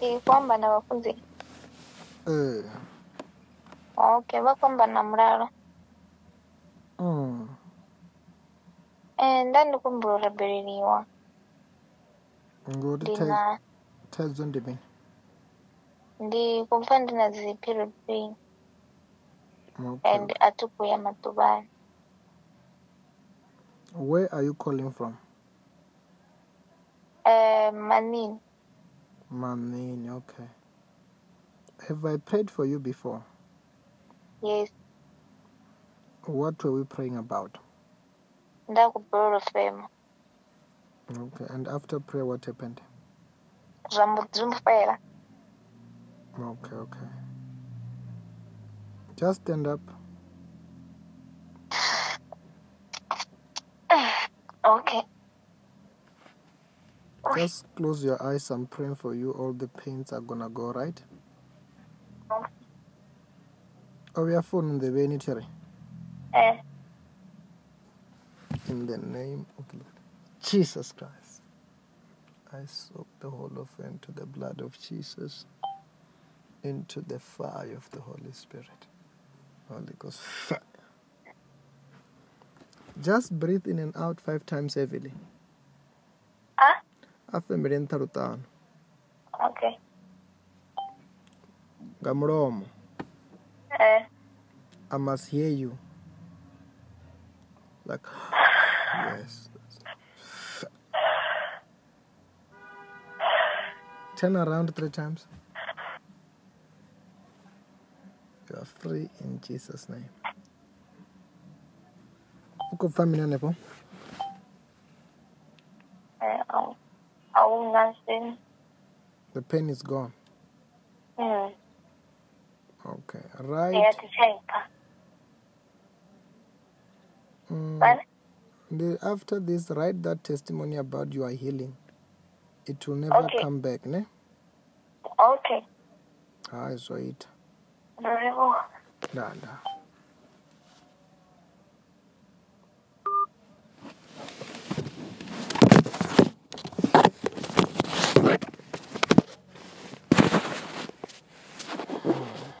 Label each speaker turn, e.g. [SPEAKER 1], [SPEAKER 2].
[SPEAKER 1] eh, kuamba na vhafunzi
[SPEAKER 2] ee
[SPEAKER 1] okay vha khou amba na mulalo
[SPEAKER 2] mm.
[SPEAKER 1] Eh, nda ndi khou humbula u rabeleliwa
[SPEAKER 2] ngori
[SPEAKER 1] ndi
[SPEAKER 2] thai-
[SPEAKER 1] na
[SPEAKER 2] thaidzo ndi mini
[SPEAKER 1] ndi khou pfha ndi na dzi period pain
[SPEAKER 2] Okay.
[SPEAKER 1] and a thi khou ya maḓuvhani
[SPEAKER 2] where are you calling from
[SPEAKER 1] um, manini
[SPEAKER 2] manini okay have i prayed for you before
[SPEAKER 1] yes
[SPEAKER 2] what were we praying about
[SPEAKER 1] nda khou balelwa u fema
[SPEAKER 2] okay and after prayer what happened
[SPEAKER 1] zwa mbo zwi mfela
[SPEAKER 2] okay okay just stand up
[SPEAKER 1] okay
[SPEAKER 2] just close your eyes i'm praying for you all the pains are gonna go right
[SPEAKER 1] Okay.
[SPEAKER 2] Oh, ovuyafoni ndeveni thiri
[SPEAKER 1] Eh,
[SPEAKER 2] in the name of the Lord jesus christ i soak the whole of you into the blood of jesus into the fire of the holy spirit holy ghost fire just breathe in and out five times heavily
[SPEAKER 1] Ah?
[SPEAKER 2] afembele nṱha luṱanu
[SPEAKER 1] okay
[SPEAKER 2] nga mulomo
[SPEAKER 1] Eh,
[SPEAKER 2] I must hear you. Like, yes. Turn around three times. You are free in Jesus' name. Uko pfa mina nepo?
[SPEAKER 1] eh, au- au nga sini
[SPEAKER 2] The pain is gone.
[SPEAKER 1] Hmm,
[SPEAKER 2] Okay. Right.
[SPEAKER 1] ya thi tsha i pfha
[SPEAKER 2] Mm,
[SPEAKER 1] But-
[SPEAKER 2] the, after this, write that testimony about your healing. It will never
[SPEAKER 1] Okay.
[SPEAKER 2] come back, ne? Ah,
[SPEAKER 1] okay
[SPEAKER 2] Hayi, zoyitha.
[SPEAKER 1] ndo livhuwa
[SPEAKER 2] Nda, nda.